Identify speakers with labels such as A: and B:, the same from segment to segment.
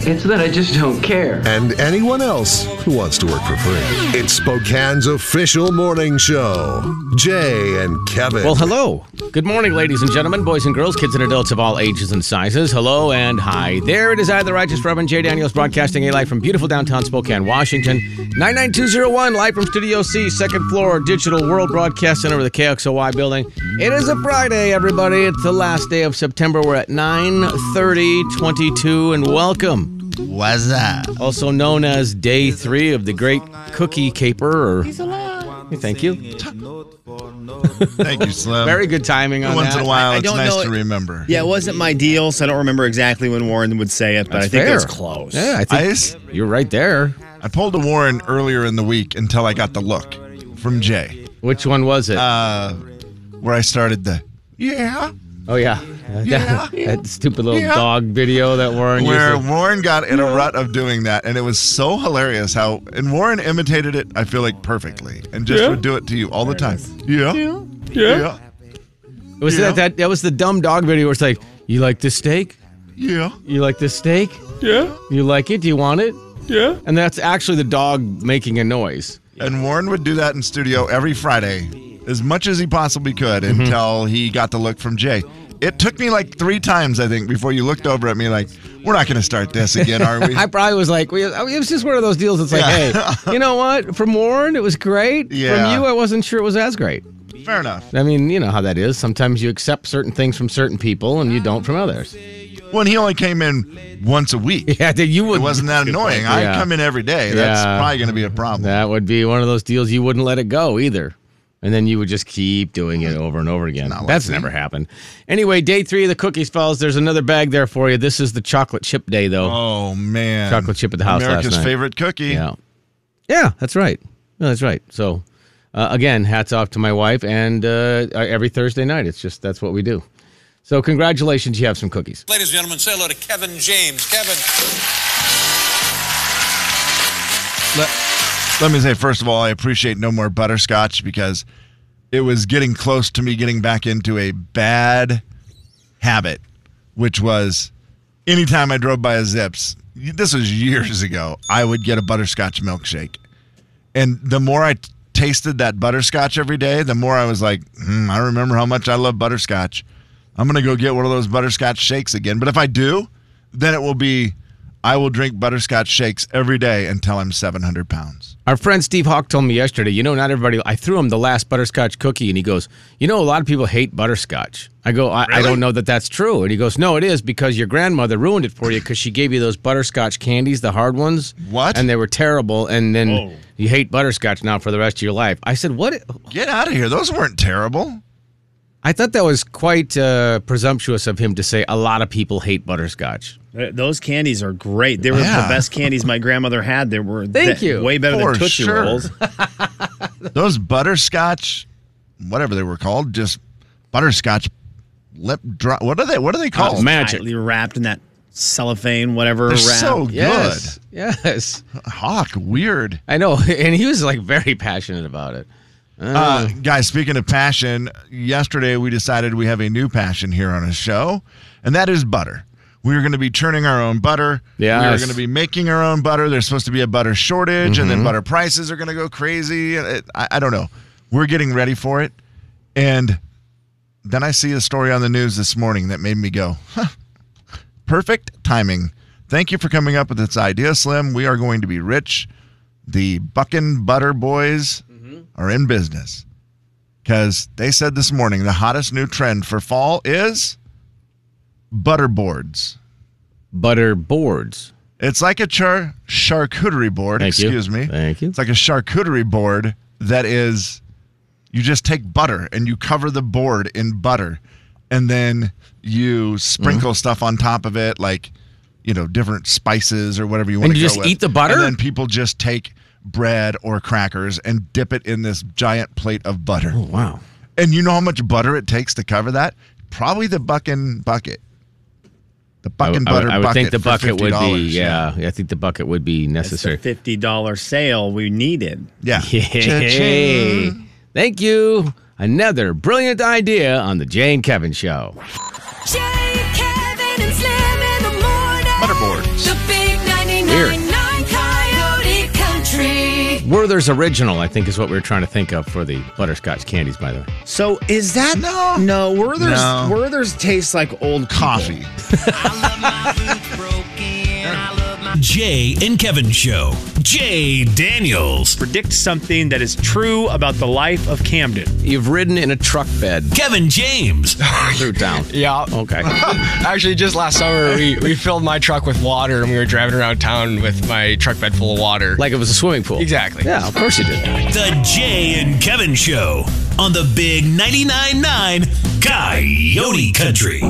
A: It's that I just don't care.
B: and anyone else who wants to work for free. It's Spokane's official morning show. Jay and Kevin.
C: Well, hello. Good morning, ladies and gentlemen, boys and girls, kids and adults of all ages and sizes. Hello and hi. There it is, I, the Righteous Reverend Jay Daniels, broadcasting a live from beautiful downtown Spokane, Washington. 99201, live from Studio C, second floor, Digital World Broadcast Center of the KXOY building. It is a Friday, everybody. It's the last day of September. We're at 93022, and welcome.
D: What's up?
C: also known as day three of the great cookie caper. Or, Thank you.
D: Thank you, Slim.
C: Very good timing on
D: Once
C: that.
D: in a while,
E: I- I
D: it's
E: don't
D: nice
E: know-
D: to remember.
E: Yeah, it wasn't my deal, so I don't remember exactly when Warren would say it, but
C: That's
E: I think
C: fair.
E: it was close.
C: Yeah, I think
D: I, s-
C: you're right there.
D: I pulled a Warren earlier in the week until I got the look from Jay,
C: Which one was it?
D: uh, where I started the yeah,
C: oh yeah,
D: yeah.
C: that, stupid little
D: Yeah.
C: dog video that Warren
D: where
C: used.
D: Warren got in a rut of doing that, and it was so hilarious how and Warren imitated it. I feel like perfectly, and just would do it to you all the time. Yeah, yeah, yeah,
C: It was
D: Yeah.
C: that, that that was the dumb dog video where it's like, you like this steak?
D: yeah.
C: You like this steak? Yeah. You like it? Do you want it? Yeah. And that's actually the dog making a noise.
D: And Warren would do that in studio every Friday as much as he possibly could
C: Mm-hmm.
D: until he got the look from Jay. It took me like three times, I think, before you looked over at me like, we're not going to start this again, are we?
C: I probably was like, we, I mean, it was just one of those deals. It's like,
D: Yeah.
C: hey, you know what? From Warren, it was great.
D: Yeah.
C: From you, I wasn't sure it was as great.
D: Fair enough.
C: I mean, you know how that is. Sometimes you accept certain things from certain people and you don't from others.
D: When he only came in once a week,
C: Yeah, that you
D: it
C: would.
D: wasn't that annoying. I
C: Yeah.
D: come in every day. That's
C: Yeah.
D: probably going to be a problem.
C: That would be one of those deals you wouldn't let it go either. And then you would just keep doing it over and over again.
D: Not
C: That's
D: like me.
C: never happened. Anyway, day three of the cookies, fellas. There's another bag there for you. This is the chocolate chip day, though.
D: Oh, man.
C: Chocolate chip at the house last
D: America's
C: night.
D: favorite cookie.
C: Yeah. Yeah, that's right. No, that's right. So, uh, again, hats off to my wife. And uh, every Thursday night, it's just that's what we do. So, congratulations. You have some cookies.
F: Ladies and gentlemen, say hello to Kevin James. Kevin.
D: Let, let me say, first of all, I appreciate No More Butterscotch because it was getting close to me getting back into a bad habit, which was anytime I drove by a Zips, this was years ago, I would get a butterscotch milkshake. And the more I t- tasted that butterscotch every day, the more I was like, hmm, I remember how much I love butterscotch. I'm going to go get one of those butterscotch shakes again. But if I do, then it will be, I will drink butterscotch shakes every day until I'm 700 pounds.
C: Our friend Steve Hawk told me yesterday, you know, not everybody, I threw him the last butterscotch cookie and he goes, you know, a lot of people hate butterscotch. I go, I, I don't know that that's true. And he goes, no, it is because your grandmother ruined it for you because she gave you those butterscotch candies, the hard ones.
D: What?
C: And they were terrible. And then
E: Whoa.
C: you hate butterscotch now for the rest of your life. I said, what?
D: Get out of here. Those weren't terrible.
C: I thought that was quite uh, presumptuous of him to say a lot of people hate butterscotch.
E: Th- Uh, Those candies are great. They were
D: Yeah.
E: the best candies my grandmother had. They were
C: Thank
E: th-
C: you.
E: way better
D: For
E: than Tootsie
D: sure.
E: Rolls.
D: Those butterscotch, whatever they were called, just butterscotch lip drop. What are they? What are they called?
C: magic.
E: Tightly wrapped in that cellophane, whatever
D: They're
E: wrap.
D: so good.
C: Yes. Yes.
D: Hawk, weird.
C: I know. And he was like very passionate about it.
D: Uh, guys, speaking of passion, yesterday we decided we have a new passion here on a show, and that is butter. We are going to be churning our own butter. We are
C: Yes.
D: going to be making our own butter. There's supposed to be a butter shortage, and then butter prices are going to go crazy. It- I, I don't know. We're getting ready for it. And then I see a story on the news this morning that made me go, huh, perfect timing. Thank you for coming up with this idea, Slim. We are going to be rich. The Buckin' Butter Boys are in business because they said this morning the hottest new trend for fall is butter boards.
C: Butter boards.
D: It's like a char- charcuterie board.
C: Thank you.
D: excuse me.
C: Thank you.
D: It's like a charcuterie board that is You just take butter and you cover the board in butter, and then you sprinkle
C: Mm-hmm.
D: stuff on top of it, like you know different spices or whatever you want.
C: you
D: to go
C: just
D: with.
C: eat the butter?
D: and then people just take bread or crackers and dip it in this giant plate of butter.
C: Oh, wow.
D: And you know how much butter it takes to cover that? Probably the buckin' bucket. The
C: I
D: buckin'
C: would- I would,
D: butter
C: I would
D: bucket.
C: think the
D: for
C: bucket would be,
D: $50,
C: yeah, I think the bucket would be
E: It's the
C: necessary.
E: fifty dollar sale we needed.
D: Yeah.
C: Yay. Thank you. Another brilliant idea on the Jay and Kevin Show.
G: Jay, Kevin, and Slim in the morning.
D: Butterboard.
G: The big 99.9 Coyote Country.
C: Werther's Original, I think, is what we were trying to think of for the butterscotch candies, by the way.
E: So is that
D: No.
E: No, Werther's
D: No.
E: Werther's tastes like old
D: Coffee.
H: Jay and Kevin Show. Jay Daniels.
I: Predict something that is true about the life of Camden.
C: You've ridden in a truck bed
H: Kevin James.
C: through town.
I: Yeah.
C: Okay.
I: Actually, just last summer, we, we filled my truck with water and we were driving around town with my truck bed full of water.
C: Like it was a swimming pool.
I: Exactly.
C: Yeah, of course you did.
H: The Jay and Kevin Show on the Big 99.9 9 Coyote Country.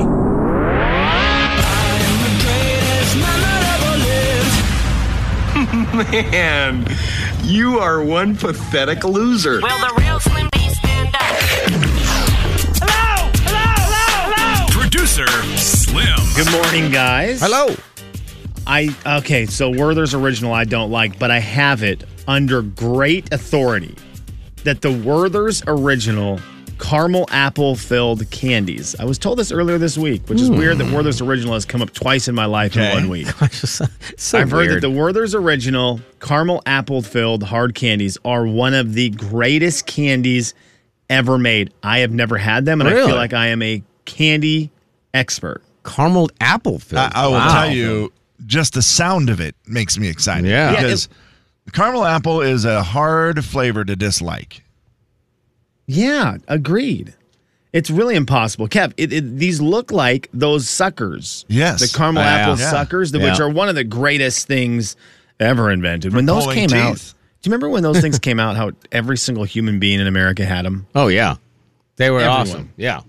J: Man, you are one pathetic loser.
G: Will the real Slim B stand up?
H: Hello! Hello! Hello! Hello! Producer Slim.
E: Good morning, guys.
C: Hello.
E: I okay, so Werther's original I don't like, but I have it under great authority that the Werther's original caramel apple filled candies. I was told this earlier this week, which is weird that Werther's original has come up twice in my life
D: Okay.
E: in one week.
C: so
E: I've heard that the Werther's original caramel apple filled hard candies are one of the greatest candies ever made. I have never had them, and I
C: Really?
E: feel like I am a candy expert.
C: caramel apple filled.
D: I, I will
C: Wow.
D: tell you, just the sound of it makes me excited.
C: Yeah. Yeah,
D: Because caramel apple is a hard flavor to dislike.
E: Yeah, agreed. It's really impossible, Kev. It, it, these look like those suckers.
D: Yes.
E: the caramel
C: Yeah.
E: apple
D: Yeah.
E: suckers, the, which
C: Yeah.
E: are one of the greatest things ever invented. when those
D: pulling
E: came out,
D: teeth.
E: do you remember when those things came out? How every single human being in America had them.
C: Oh, yeah. They were
E: Everyone.
C: awesome. Yeah.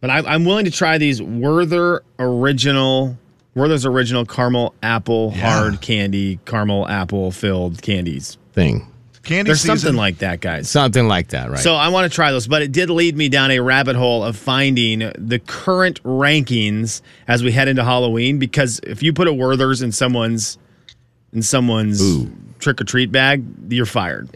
E: But I, I'm willing to try these Werther original, Werther's original caramel apple
D: Yeah.
E: hard candy, caramel apple filled candies.
C: Thing.
D: Candy
E: There's
D: season.
E: something like that, guys.
C: Something like that, right?
E: So I want to try those, but it did lead me down a rabbit hole of finding the current rankings as we head into Halloween. Because if you put a Werther's in someone's in someone's trick or treat bag, you're fired.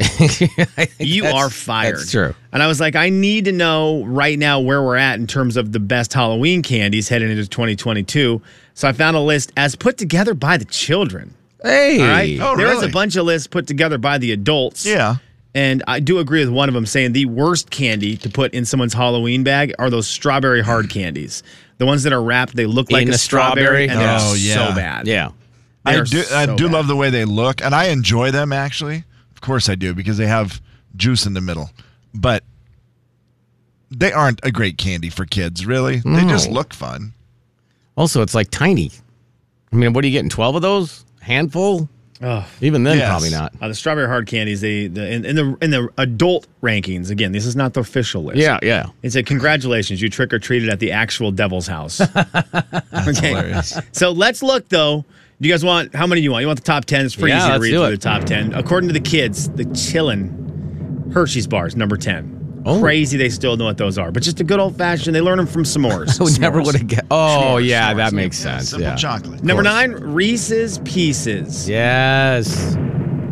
E: you
C: that's-
E: are fired.
C: that's true.
E: And I was like, I need to know right now where we're at in terms of the best Halloween candies heading into 2022. So I found a list as put together by the children.
C: hey.
E: All right,
D: Oh,
E: there is
D: really?
E: a bunch of lists put together by the adults.
D: Yeah.
E: And I do agree with one of them saying the worst candy to put in someone's Halloween bag are those strawberry hard candies. The ones that are wrapped, they look like
C: In
E: a
C: a
E: strawberry,
C: strawberry?
E: and they're
D: Oh, yeah.
E: so bad.
C: Yeah.
E: They
D: I
E: are
D: do. I
E: so
D: do
E: bad.
D: love the way they look, and I enjoy them actually. Of course, I do because they have juice in the middle, but they aren't a great candy for kids. Really, they just look fun.
C: Also, it's like tiny. I mean, what are you getting? 12 of those? Handful?
E: Ugh.
C: Even then,
D: Yes.
C: probably not.
E: Uh, the strawberry hard candies, they the, in, in the in the adult rankings. Again, this is not the official list.
C: Yeah, yeah.
E: It said, Congratulations, you trick or treated at the actual devil's house. okay.
D: hilarious.
E: So let's look, though. Do you guys want how many do you want? You want the top 10? It's pretty
C: Yeah,
E: easy to
C: let's
E: read
C: do
E: through
C: it.
E: the top 10. According to the kids, the chillin' Hershey's bars, number 10.
C: Oh.
E: Crazy they still know what those are, but just a good old fashioned, they learn them from s'mores.
C: So we never
E: S'mores.
C: would have get. Oh,
E: S'mores,
C: yeah,
E: s'mores,
C: that
E: yeah.
C: makes
D: Yeah,
C: sense.
D: simple
C: Yeah.
D: chocolate.
E: Number nine, Reese's Pieces.
C: Yes.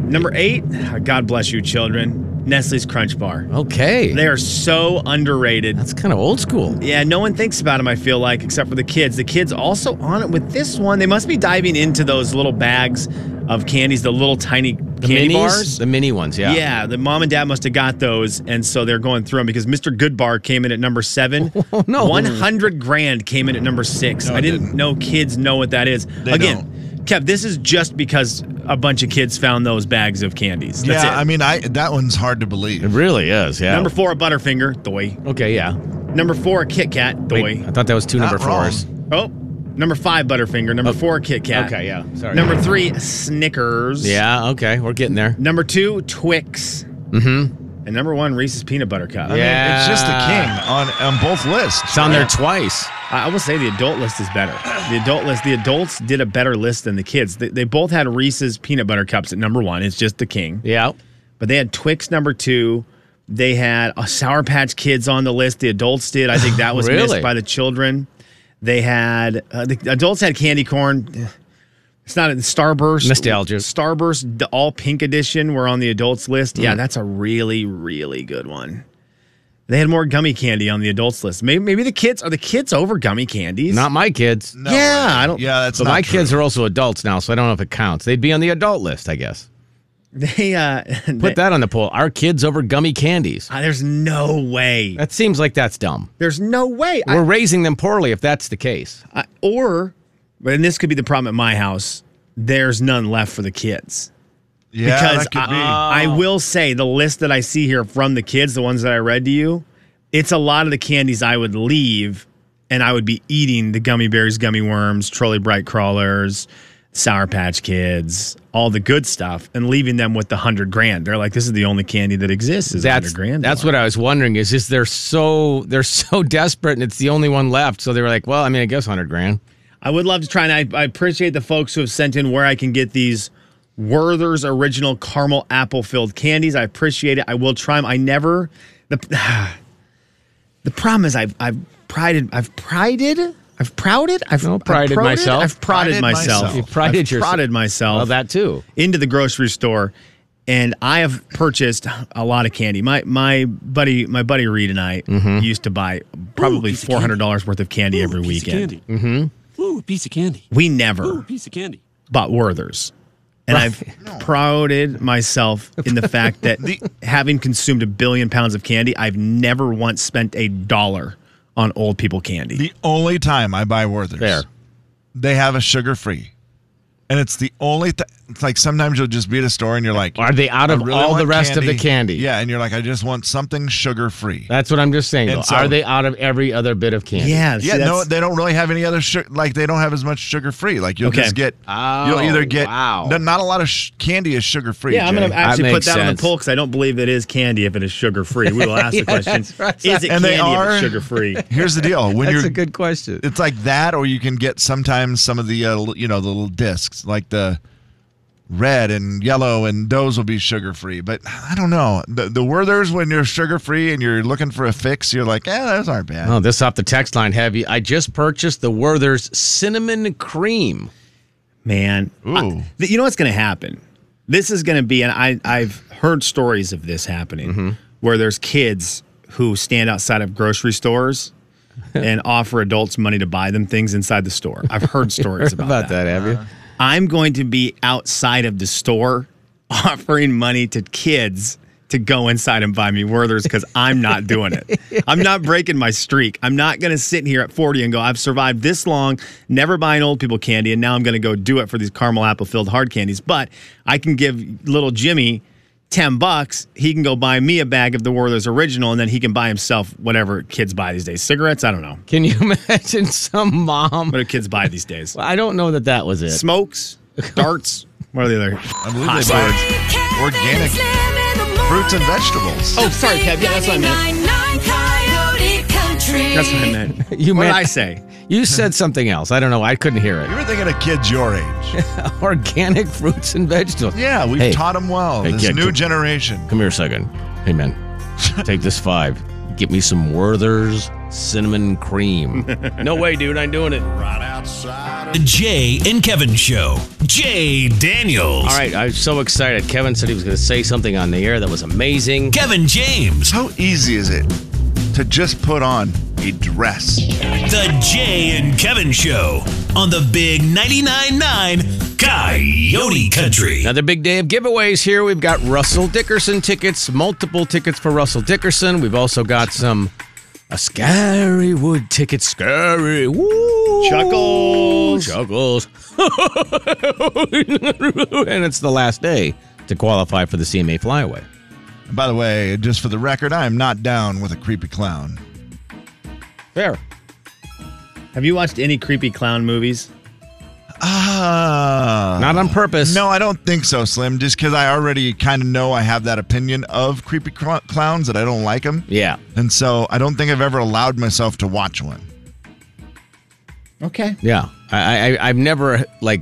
E: Number eight, God bless you, children, Nestle's Crunch Bar.
C: Okay.
E: They are so underrated.
C: That's kind of old school.
E: Yeah, no one thinks about them, I feel like, except for the kids. The kids also on it with this one. They must be diving into those little bags of candies, the little tiny
C: The
E: candy
C: minis?
E: bars.
C: The mini ones, yeah.
E: yeah. the mom and dad must have got those, and so they're going through them because Mr. Goodbar came in at number seven.
C: Oh, no.
E: 100 grand came in at number six. I didn't, know kids know what that is. Again, Kev, this is just because a bunch of kids found those bags of candies. That's
D: yeah,
E: it.
D: I mean, I that one's hard to
C: It
D: believe.
C: really is, yeah.
E: number four, a Butterfinger, doy.
C: Okay, yeah.
E: Number four, a Kit Kat, doy.
C: Wait, I thought that was two
D: Not
C: number
D: wrong.
C: fours.
E: Oh, number five, Butterfinger. Number
C: Oh.
E: four, Kit Kat.
C: Okay, yeah. Sorry.
E: Number three, Snickers.
C: Yeah, okay. We're getting there.
E: Number two, Twix. Mm-hmm. And number one, Reese's peanut butter cup.
D: I mean, it's just the king on, on both lists.
E: It's on there
C: twice.
E: I, I will say the adult list is better. The adult list, the adults did a better list than the kids. They, they both had Reese's peanut butter cups at number one. It's just the king.
C: Yeah.
E: But they had Twix number two. They had a Sour Patch Kids on the list. The adults did. I think that was
C: Really?
E: missed by the children. They had uh, the adults had candy corn. It's not in Starburst. Nostalgia. Starburst, the all pink edition, were on the adults list.
C: Mm.
E: Yeah, that's a really, really good one. They had more gummy candy on the adults list. Maybe, maybe the kids are the kids over gummy candies.
C: Not my kids.
E: yeah, I don't.
D: Yeah,
C: but my kids are also adults now, so I don't know if it counts. They'd be on the adult list, I guess.
E: They uh,
C: Put that on the poll. Our kids over gummy candies.
E: there's no way.
C: That seems like that's dumb.
E: There's no way. I-
C: We're raising them poorly if that's the case.
E: I, or, and this could be the problem at my house. There's none left for the kids.
D: Yeah,
E: because
D: that could be.
E: I,
C: Oh.
E: I will say the list that I see here from the kids, the ones that I read to you, it's a lot of the candies I would leave, and I would be eating the gummy bears, gummy worms, trolley bright crawlers, sour patch kids, all the good stuff, and leaving them with the hundred grand. They're like, this is the only candy that exists. Is
C: That's
E: hundred grand?
C: that's what I was wondering. Is is they're so they're so desperate and it's the only one left, so they were like, well, I mean, I guess hundred grand.
E: I would love to try, and I, I appreciate the folks who have sent in where I can get these Werther's original caramel apple filled candies. I appreciate it. I will try them. I never the the problem is I've I've prided I've prided I've prouded I've I've
C: prided
E: prodded?
C: myself.
E: I've prodded,
C: Prided
E: myself.
C: myself. You prided
E: Oh, I've
C: yourself.
E: prodded myself.
C: Well, that too.
E: Into the grocery store, and I have purchased a lot of candy. My my buddy my buddy Reed and I
C: Mm-hmm.
E: used to buy probably four hundred dollars worth of candy every
K: piece of
E: weekend. Mm-hmm.
K: Ooh, a piece of candy.
E: We never
K: Ooh, a piece of candy.
E: bought Werther's. And I've prouded myself in the fact that having consumed a billion pounds of candy, I've never once spent a dollar on old people candy.
D: The only time I buy Werther's, they have a sugar free. And it's the only thing. It's like sometimes you'll just be at a store and you're like,
C: Are they out
D: "I
C: of
D: really
C: all the
D: want
C: rest of the candy?
D: Yeah, and you're like, I just want something sugar free.
C: That's what I'm just saying.
D: And
C: though.
D: so-
C: Are they out of every other bit of candy?
D: yeah. No, they don't really have any other sugar. Like they don't have as much sugar free. Like you'll
C: Okay.
D: just get.
C: Oh,
D: you'll either get.
C: wow.
D: no- Not a lot of sh- candy is sugar free.
E: yeah, I'm going to actually put that on the poll because I don't believe it is candy if it is sugar free. We will ask the question Is it
D: and
E: candy
D: they are
E: if it's sugar free?
D: Here's the deal: when you're
C: good question.
D: It's like that, or you can get sometimes some of the uh, l- you know the little discs, like the red and yellow, and those will be sugar free. But I don't know the the Werthers when you're sugar free and you're looking for a fix, you're like, eh, those aren't bad.
C: Oh, this off the text line heavy. I just purchased the Werther's cinnamon cream.
E: Man,
D: Ooh.
E: you know what's going to happen? This is going to be, and I, I've heard stories of this happening where there's kids who stand outside of grocery stores and offer adults money to buy them things inside the store. I've heard stories
C: Heard
E: about,
C: about that, have you?
E: I'm going to be outside of the store offering money to kids to go inside and buy me Werther's because I'm not doing it. I'm not breaking my streak. I'm not going to sit here at 40 and go, I've survived this long, never buying old people candy, and now I'm going to go do it for these caramel apple filled hard candies. But I can give little Jimmy 10 bucks. He can go buy me a bag of the Werther's original, and then he can buy himself whatever kids buy these days cigarettes. I don't know.
C: Can you imagine some mom?
E: What do kids buy these days?
C: I don't know that that was it.
E: Smokes, darts. What are the other? I
D: believe they buy organic fruits and vegetables.
E: Oh, sorry, Kev. Yeah, that's what I meant. That's what I meant.
C: You
E: What did
C: meant-
E: I say?
C: You said something else. I don't know. I couldn't hear
D: You
C: it.
D: were thinking of kids your age.
C: Organic fruits and vegetables.
D: Yeah, we've
C: Hey.
D: taught them well.
C: Hey,
D: this
C: kid,
D: new
C: come-
D: generation.
C: Come here a second. Hey, man. Take this five. Get me some Werther's cinnamon cream. no way, dude. I'm doing it.
H: Right outside. The Jay and Kevin Show. Jay Daniels.
C: All right. I'm so excited. Kevin said he was going to say something on the air that was amazing.
H: Kevin James.
D: How easy is it to just put on a dress?
H: The Jay and Kevin Show on the Big 99.9 9 Coyote Country.
C: Another big day of giveaways here. We've got Russell Dickerson tickets, multiple tickets for Russell Dickerson. We've also got some a scary wood ticket. Scary. Woo!
E: Chuckles.
C: Chuckles. and it's the last day to qualify for the CMA flyaway.
D: By the way, just for the record, I am not down with a creepy clown.
C: Fair.
E: Have you watched any creepy clown movies?
D: Ah.
C: Not on purpose.
D: No, I don't think so, Slim. Just because I already kind of know I have that opinion of creepy cl- clowns that I don't like them.
C: Yeah.
D: And so I don't think I've ever allowed myself to watch one.
E: Okay.
C: Yeah, I, I I've never like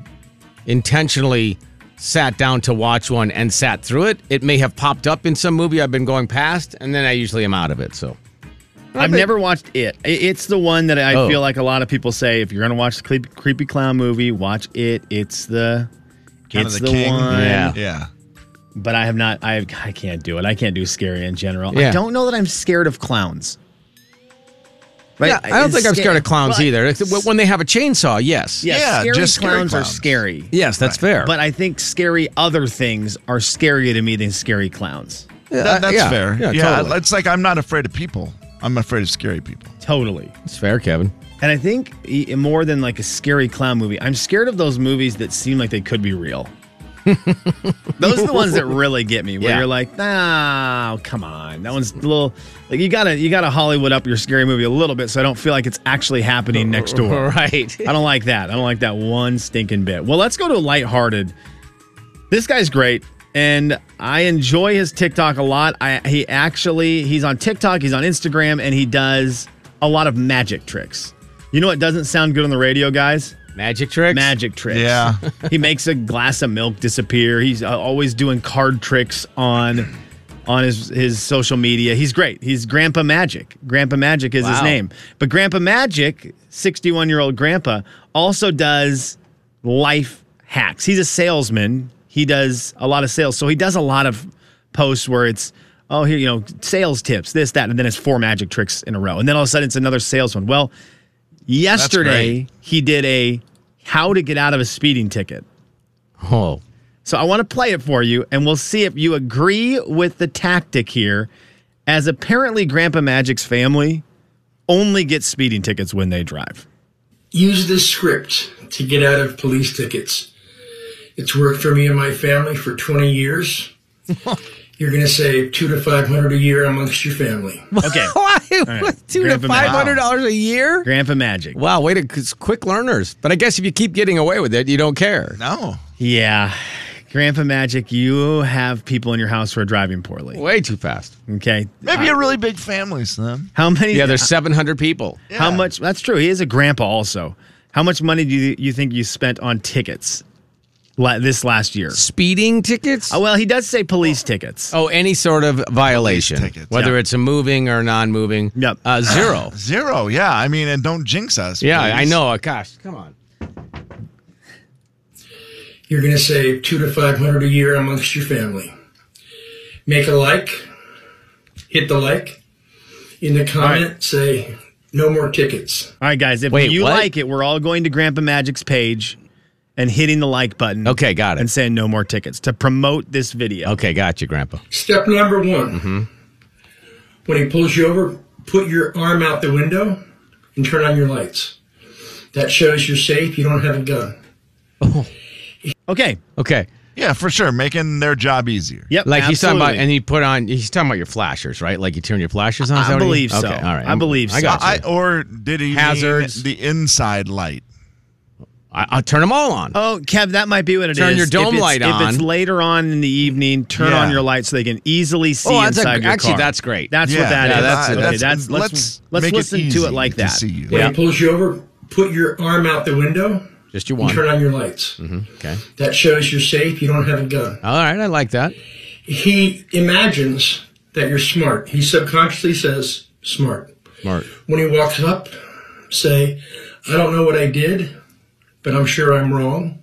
C: intentionally sat down to watch one and sat through it. It may have popped up in some movie I've been going past, and then I usually am out of it. So
E: I've never watched it. I- It's the one that I
C: Oh.
E: feel like a lot of people say if you're going to watch the creep- creepy clown movie, watch it. It's the
D: Kinda
E: it's
D: the
E: the,
D: king.
E: one.
C: Yeah.
D: Yeah.
E: But I have not I I can't do it. I can't do scary in general.
C: Yeah.
E: I don't know that I'm scared of clowns.
C: yeah, I don't
E: It's
C: think I'm
E: sca-
C: scared of clowns
E: but-
C: either. Except When they have a chainsaw, yes.
E: Yeah, scary
D: just scary
E: clowns, are
D: clowns.
E: scary.
C: Yes, that's fair.
E: But I think scary other things are scarier to me than scary clowns.
C: Yeah,
D: That- that's
C: yeah,
D: fair.
C: Yeah,
D: Yeah.
C: totally.
D: It's like I'm not afraid of people, I'm afraid of scary people.
E: Totally.
C: It's fair, Kevin.
E: And I think e- more than like a scary clown movie, I'm scared of those movies that seem like they could be real. those are the ones that really get me. Where
C: Yeah.
E: you're like, nah, come on, that one's a little like you gotta you gotta Hollywood up your scary movie a little bit, so I don't feel like it's actually happening next door.
C: Right.
E: I don't like that. I don't like that one stinking bit. Well, let's go to lighthearted. This guy's great, and I enjoy his TikTok a lot. I he actually he's on TikTok, he's on Instagram, and he does a lot of magic tricks. You know what doesn't sound good on the radio, guys?
C: Magic tricks.
E: Magic tricks.
D: Yeah.
E: he makes a glass of milk disappear. He's uh, always doing card tricks on on his his social media. He's great. He's Grandpa Magic. Grandpa Magic is his
C: Wow.
E: name. But Grandpa Magic, 61 year old grandpa, also does life hacks. He's a salesman. He does a lot of sales. So he does a lot of posts where it's, oh, here, you know, sales tips, this, that, and then it's four magic tricks in a row. And then all of a sudden it's another sales one. Well, yesterday he did a how to get out of a speeding ticket.
C: Oh.
E: So I want to play it for you, and we'll see if you agree with the tactic here. As apparently, Grandpa Magic's family only gets speeding tickets when they drive.
L: use this script to get out of police tickets. It's worked for me and my family for 20 years. You're going to save two to 500 a year amongst your family.
E: Okay,
C: Why? Two to
E: Grandpa
C: five
E: Magic.
C: hundred dollars a year?
E: Grandpa Magic.
C: Wow, way to it's quick learners. But I guess if you keep getting away with it, you don't care.
D: No.
E: Yeah, Grandpa Magic, you have people in your house who are driving poorly.
C: Way too fast.
E: Okay,
D: Maybe a really big family, Slim.
E: how many?
C: Yeah, there's seven hundred people.
E: How much? That's true. He is a grandpa also. How much money do you, you think you spent on tickets la- this last year?
C: Speeding tickets?
E: Oh, well, he does say police tickets.
C: Oh, any sort of violation,
D: Police tickets.
C: whether
E: Yeah.
C: it's a moving or non-moving.
E: Yep.
C: Uh, zero.
D: Zero. Yeah. I mean, and don't jinx us.
C: yeah,
D: please.
C: I know. Gosh, come on.
L: You're going to save two to 500 a year amongst your family. Make a like, hit the like. In the comment, say, no more tickets.
E: All right, guys. If
C: Wait,
E: you
C: what?
E: like it, we're all going to Grandpa Magic's page and hitting the like button.
C: Okay, got it.
E: And saying no more tickets to promote this video.
C: Okay, gotcha, Grandpa.
L: Step number one
C: Mm-hmm.
L: when he pulls you over, put your arm out the window and turn on your lights. That shows you're safe, you don't have a gun.
E: Okay.
C: Okay.
D: Yeah, for sure. Making their job easier.
E: Yep.
C: Like he's talking about,
E: absolutely.
C: and he put on. He's talking about your flashers, right? Like you turn your flashers on. Is
E: I
C: that what he-
E: believe so.
C: Okay, all right.
E: I believe
C: I
E: so.
C: got
D: I,
C: you.
D: or did he mean
C: Hazards.
D: the inside light?
C: I, I'll turn them all on.
E: Oh, Kev, that might be what it is.
C: Turn your dome
E: if it's,
C: light
E: If
C: on.
E: it's later on in the evening, turn
D: Yeah.
E: on your light so they can easily see
C: Oh, that's a-
E: inside your
C: actually,
E: car.
C: that's great.
E: That's
D: Yeah.
E: what that
D: Yeah,
E: is.
C: that's-
E: okay,
C: that's-
E: that's, let's let's,
D: make it
E: listen to it
D: easy
E: like that.
D: see you.
L: When
C: Yeah.
L: he pulls you over, put your arm out the window
C: Just your
L: and
C: one. Mm-hmm.
L: turn on your lights.
C: Okay.
L: That shows you're safe, you don't have a gun.
C: All right, I like that.
L: He imagines that you're smart. He subconsciously says, smart.
C: Smart.
L: When he walks up, say, I don't know what I did, but I'm sure I'm wrong.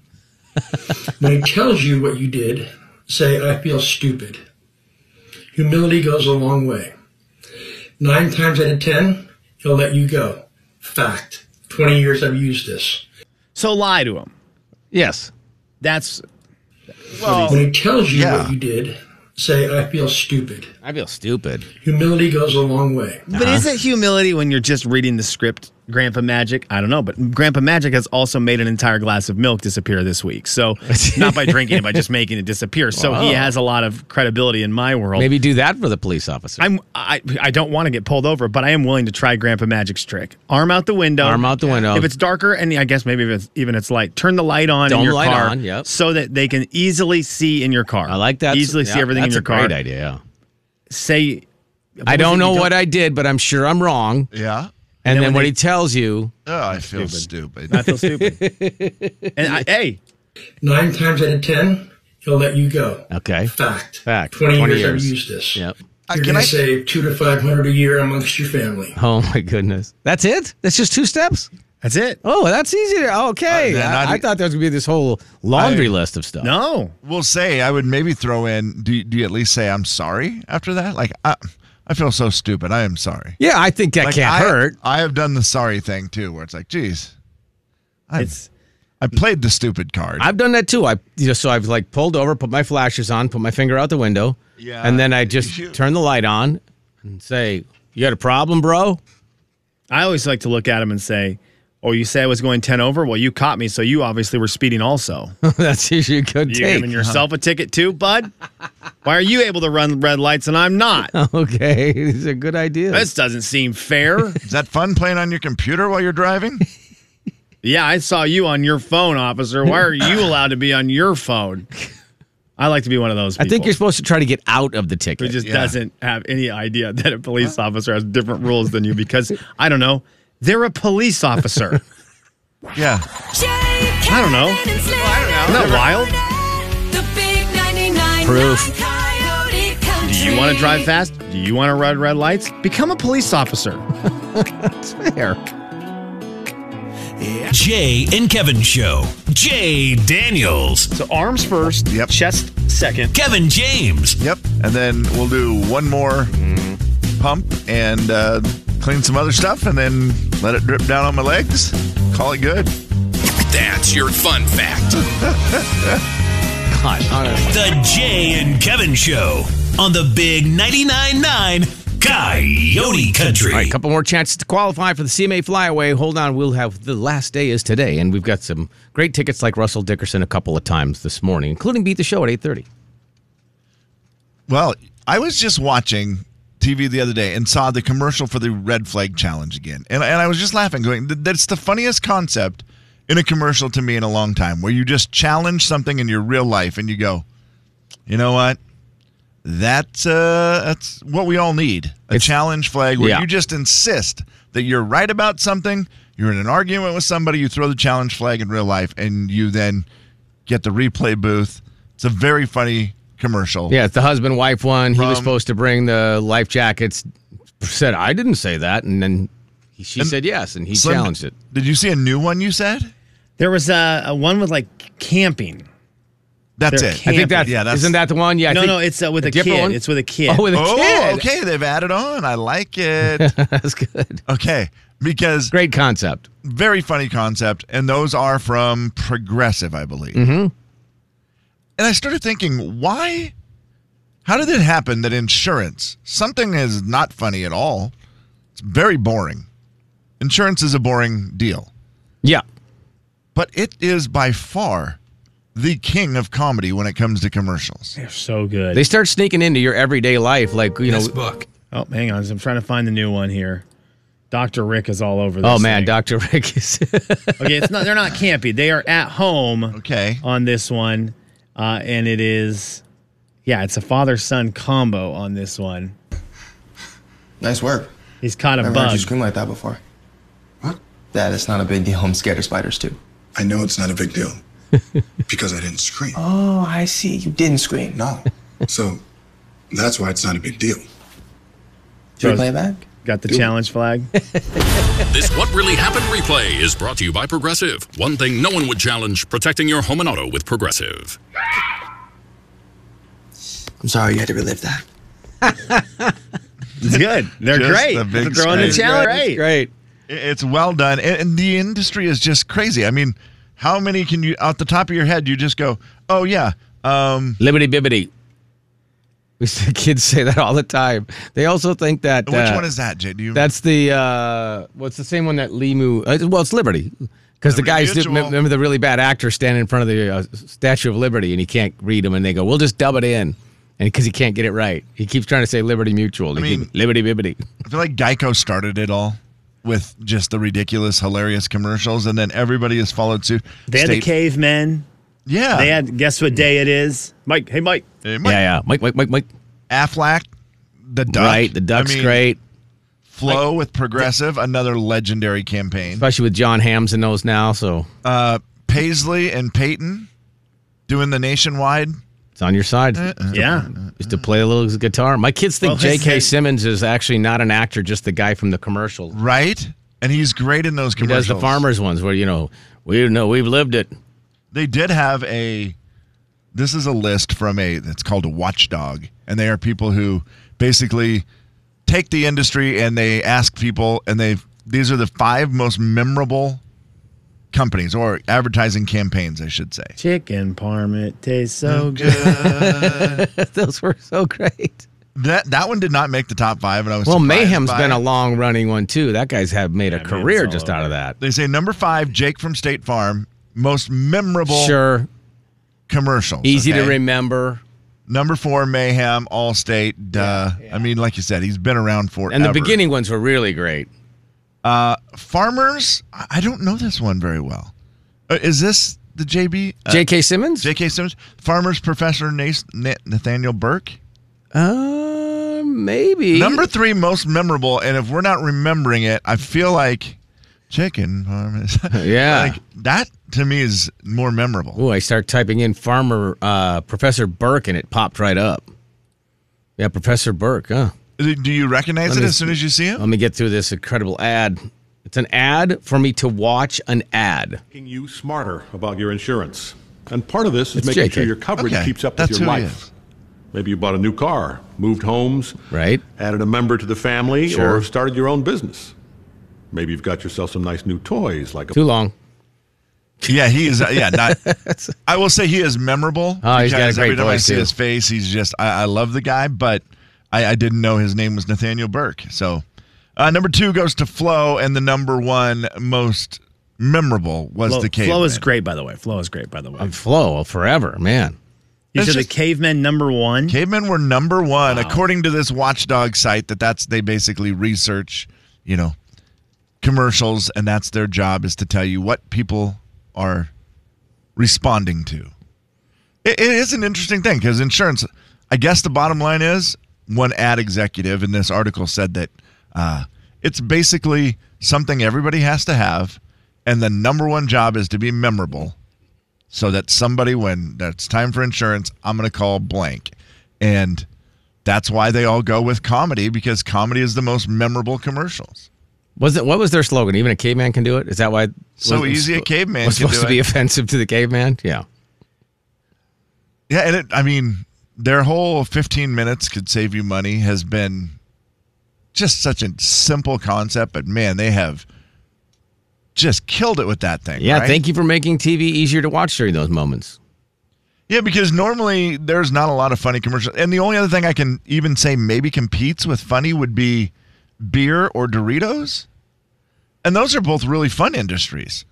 L: when he tells you what you did, say, I feel stupid. Humility goes a long way. Nine times out of ten, he'll let you go. Fact. 20 years I've used this.
E: So lie to him.
C: Yes.
E: That's
L: When he tells you
D: Yeah.
L: what you did, say, I feel stupid.
C: I feel stupid.
L: Humility goes a long way.
E: but is it humility when you're just reading the script Grandpa Magic. I don't know, but Grandpa Magic has also made an entire glass of milk disappear this week. So not by drinking it, by just making it disappear. So he
C: Wow.
E: has a lot of credibility in my world.
C: Maybe do that for the police officer.
E: I'm I, I don't want to get pulled over, but I am willing to try Grandpa Magic's trick. Arm out the window.
C: Arm out the window.
E: If it's darker, and I guess maybe if it's, even it's light, turn the light on
C: Dome
E: in your
C: light
E: car,
C: on, yep.
E: so that they can easily see in your car. I like
C: That's-
E: Easily see
C: yeah,
E: everything in
C: that's
E: your
C: a
E: car.
C: Great idea. yeah.
E: Say,
C: I don't
E: you
C: know
E: don't-
C: what I did, but I'm sure I'm wrong.
D: Yeah.
C: And,
E: And
C: then
E: then when
C: what
E: they-
C: he tells you,
D: Oh, I feel
C: stupid.
E: I feel stupid. and I, hey,
L: Nine times out of ten, he'll let you go.
C: okay.
L: Fact.
C: Fact.
L: 20 years I've used this.
C: Yep.
M: Uh,
L: You're
C: can
L: going to
C: I-
L: save two to five hundred a year amongst your family.
C: Oh my goodness. That's it? That's just two steps?
E: That's it.
C: Oh, that's easy. Okay.
D: Uh, then I'd-
C: I, I thought there was going to be this whole laundry
D: I-
C: list of stuff.
E: No.
D: We'll say I would maybe throw in. Do you, do you at least say I'm sorry after that? Like I, I feel so stupid. I am sorry.
C: Yeah, I think that
D: Like,
C: can't
D: I-
C: hurt.
D: I have done the sorry thing too, where it's like, geez, I,
E: it's
D: I played the stupid card.
C: I've done that too. I you know, so I've like pulled over, put my flashes on, put my finger out the window,
D: Yeah.
C: and then I just turn the light on and say, "You got a problem, bro?"
E: I always like to look at him and say, "Oh, you say I was going ten over. Well, you caught me, so you obviously were speeding also."
C: That's usually a good
E: You
C: take.
E: giving yourself a ticket too, bud? Why are you able to run red lights and I'm not?
C: Okay, these are Oh, good ideas.
E: This doesn't seem fair.
D: Is that fun playing on your computer while you're driving?
E: yeah, I saw you on your phone, officer. Why are you allowed to be on your phone? I like to be one of those
C: I
E: people
C: think you're supposed to try to get out of the
E: who
C: ticket.
E: just doesn't have any idea that a police officer has different rules than you because I don't know. They're a police officer.
D: yeah.
E: I don't know. Isn't that wild?
G: The big 99
E: Proof.
G: Coyote Country.
E: Do you want to drive fast? Do you want to run red lights? Become a police officer.
C: That's fair.
H: Jay and Kevin Show. Jay Daniels.
E: So arms first,
D: Yep.
E: chest second.
H: Kevin James.
D: Yep. And then we'll do one more pump and uh, clean some other stuff, and then let it drip down on my legs. Call it good.
H: That's your fun fact.
C: God, honestly.
H: The Jay and Kevin Show on the Big 99.9 Coyote Country.
C: All right, a couple more chances to qualify for the CMA Flyaway. Hold on, we'll have the last day is today, and we've got some great tickets like Russell Dickerson a couple of times this morning, including beat the show at eight thirty.
D: Well, I was just watching TV the other day and saw the commercial for the red flag challenge again. And, and I was just laughing, going, "Th- that's the funniest concept in a commercial to me in a long time, where you just challenge something in your real life and you go, you know what? That's uh, that's what we all need a challenge flag where
C: Yeah.
D: you just insist that you're right about something. You're in an argument with somebody, you throw the challenge flag in real life, and you then get the replay booth. It's a very funny commercial.
C: Yeah, it's the husband wife one. He was
D: From-
C: supposed to bring the life jackets. Said I didn't say that, and then he, she
D: And-
C: said yes, and he
D: Slim,
C: challenged it.
D: Did you see a new one you said?
E: There was a, a one with like camping.
D: That's
E: They're
D: it.
E: camp-
C: I think that
D: Yeah, that's-
C: isn't that the one. Yeah, I
E: no,
C: think-
E: no, it's uh, with a,
C: different
E: kid.
C: one?
E: It's with a kid.
C: Oh, with a
D: oh,
C: kid.
D: okay. They've added on. I like it.
C: That's good.
D: okay. Because
C: Great concept.
D: very funny concept. And those are from Progressive, I believe. Mm-hmm. And I started thinking, why? How did it happen that insurance, something is not funny at all? It's very boring. Insurance is a boring deal.
C: Yeah.
D: But it is by far the king of comedy when it comes to commercials.
E: They're so good.
C: They start sneaking into your everyday life, like you know.
H: book.
E: oh, hang on. I'm trying to find the new one here. Doctor Rick is all over. This
C: Oh man,
E: thing.
C: Doctor Rick is.
E: okay, it's not. They're not campy. They are at home
D: Okay.
E: on this one, uh, and it is, yeah, it's a father son combo on this one.
M: Nice work.
E: He's caught a
M: Never heard
E: bug.
M: you scream like that before. What? That is not a big deal. I'm scared of spiders too.
N: I know it's not a big deal because I didn't scream.
M: Oh, I see. You didn't scream.
N: No. So that's why it's not a big deal.
M: Should we play it back?
E: Got the challenge flag.
O: This What Really Happened replay is brought to you by Progressive. One thing no one would challenge protecting your home and auto with Progressive.
M: I'm sorry you had to relive that.
E: It's good. They're
D: Just
E: great.
D: the big
E: They're throwing the
D: screen.
E: challenge.
C: Great. Great.
D: It's well done, and, and the industry is just crazy. I mean, how many can you, out the top of your head, you just go, "Oh yeah, um,
C: Liberty bibbity. We see kids say that all the time. They also think that.
D: Which
C: uh,
D: one is that, Jay? Do you?
C: That's the uh, what's the same one that Limu? Uh, well, it's Liberty, because the
D: Liberty
C: guys do,
D: Mutual.
C: remember the really bad actor standing in front of the uh, Statue of Liberty, and he can't read them, and they go, "We'll just dub it in," and because he can't get it right, he keeps trying to say Liberty Mutual. I
D: mean-
C: Liberty Bibbity.
D: I feel like Geico started it all with just the ridiculous, hilarious commercials, and then everybody has followed suit.
E: They had the cavemen.
D: Yeah.
E: They had, guess what day it is? Mike. Hey, Mike.
D: Hey, Mike.
C: Yeah, yeah. Mike, Mike, Mike, Mike.
D: Affleck, the duck.
C: Right, the duck's great.
D: Flow with Progressive, another legendary campaign.
C: Especially with John Hams in those now, so
D: Uh, Paisley and Peyton doing the nationwide.
C: it's on your side.
D: Eh, Yeah.
C: Just to play a little guitar. My kids think
D: Well, his
C: J.K.
D: name-
C: Simmons is actually not an actor, just the guy from the commercial.
D: Right? And he's great in those
C: He does
D: commercials.
C: the farmers ones where, you know, we know we've lived it.
D: They did have a. This is a list from a. It's called a watchdog, and they are people who basically take the industry and they ask people, and they these are the five most memorable companies or advertising campaigns, I should say.
E: Chicken parm, it tastes so
D: Mm.
E: good.
C: Those were so great.
D: That that one did not make the top five, and I was
C: Well,
D: surprised
C: Mayhem's
D: by
C: been
D: it.
C: a long running one too. That guy's have made a career
D: all
C: just out of that.
D: They say number five, Jake from State Farm, most memorable
C: Sure.
D: commercials.
C: Easy to
D: okay?
C: remember.
D: Number four, Mayhem, Allstate. Duh. I mean, like you said, he's been around for.
C: And the beginning ones were really great.
D: Uh, farmers. I I don't know this one very well. Uh, is this the JB? Uh,
C: J.K. Simmons.
D: J.K. Simmons. Farmers Professor Nas- Na- Nathaniel Burke.
C: Uh, maybe
D: number three most memorable. And if we're not remembering it, I feel like chicken farm is.
C: Yeah.
D: like that to me is more memorable.
C: Ooh, I start typing in farmer uh, Professor Burke and it popped right up. Yeah, Professor Burke, huh?
D: Do you recognize
C: Let
D: it
C: me
D: as soon
C: see-
D: as you see it?
C: Let me get through this incredible ad. It's an ad for me to watch an ad.
P: making you smarter about your insurance. And part of this is
C: It's
P: making
C: JK.
P: sure your coverage
C: Okay,
P: keeps up with
C: that's
P: your
C: who he
P: life. Maybe you bought a new car, moved homes,
C: right?
P: Added a member to the family,
C: Sure.
P: or started your own business. Maybe you've got yourself some nice new toys, like a
C: Too long.
D: Yeah, he is. uh, Yeah, not. I will say he is memorable.
C: Oh, he's got a
D: because
C: great
D: every time I
C: voice,
D: see
C: too.
D: his face, he's just. I, I love the guy, but I, I didn't know his name was Nathaniel Burke. So, uh, number two goes to Flo, and the number one most memorable was
E: Flo,
D: the cave.
E: Flo is great, by the way. Flo is great, by the way.
C: Flo forever, man.
E: You
D: It's
E: said
D: just-
E: the cavemen number one.
D: Cavemen were number one, according to this watchdog site. That that's they basically research, you know, commercials, and that's their job is to tell you what people are responding to. It, it is an interesting thing because insurance. I guess the bottom line is one ad executive in this article said that uh, it's basically something everybody has to have, and the number one job is to be memorable, so that somebody when that's time for insurance, I'm going to call blank, and that's why they all go with comedy because comedy is the most memorable commercials.
C: Was it what was their slogan? Even a caveman can do it? Is that why
D: So
C: was-
D: easy a caveman
C: was
D: can
C: supposed
D: do
C: to be
D: it.
C: offensive to the caveman? Yeah.
D: Yeah, and it, I mean, their whole 15 minutes could save you money has been just such a simple concept, but man, they have just killed it with that thing.
C: Yeah,
D: right?
C: thank you for making TV easier to watch during those moments.
D: Yeah, because normally there's not a lot of funny commercials. And the only other thing I can even say maybe competes with funny would be beer or Doritos. And those are both really fun industries.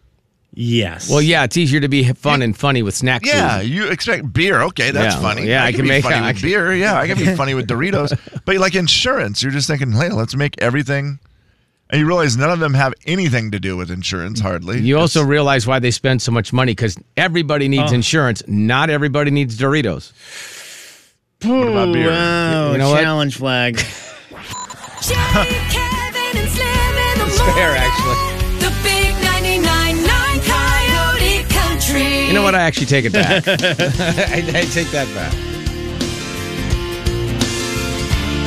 E: Yes.
C: Well, yeah, it's easier to be fun and funny with snack
D: Yeah,
C: food.
D: you expect beer. Okay, that's
C: Yeah,
D: funny.
C: yeah, I can
D: be
C: make-
D: funny
C: I
D: with
C: can-
D: beer. Yeah, I can be funny with Doritos. But like insurance, you're just thinking, hey, let's make everything. And you realize none of them have anything to do with insurance, hardly.
C: You also realize why they spend so much money because everybody needs
D: Oh.
C: insurance. Not everybody needs Doritos.
E: What
C: about beer?
E: Wow,
C: You know what?
E: challenge flag.
G: Kevin and Slim in the
C: Fair, actually.
G: morning. The big 99.9 Coyote Country.
C: You know what? I actually take it back. I, I take that back.